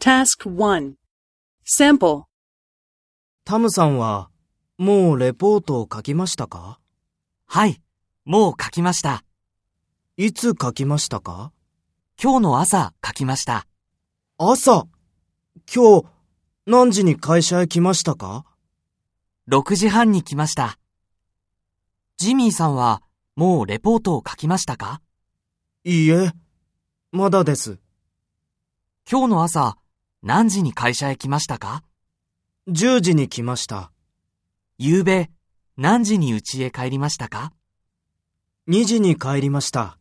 Task 1. Sample. タムさんは、もうレポートを書きましたかはい、もう書きました。いつ書きましたか今日の朝書きました。朝。今日、何時に会社へ来ましたか6時半に来ました。ジミーさんはもうレポートを書きましたかいいえ、まだです。今日の朝何時に会社へ来ましたか10時に来ました。夕べ何時に家へ帰りましたか2時に帰りました。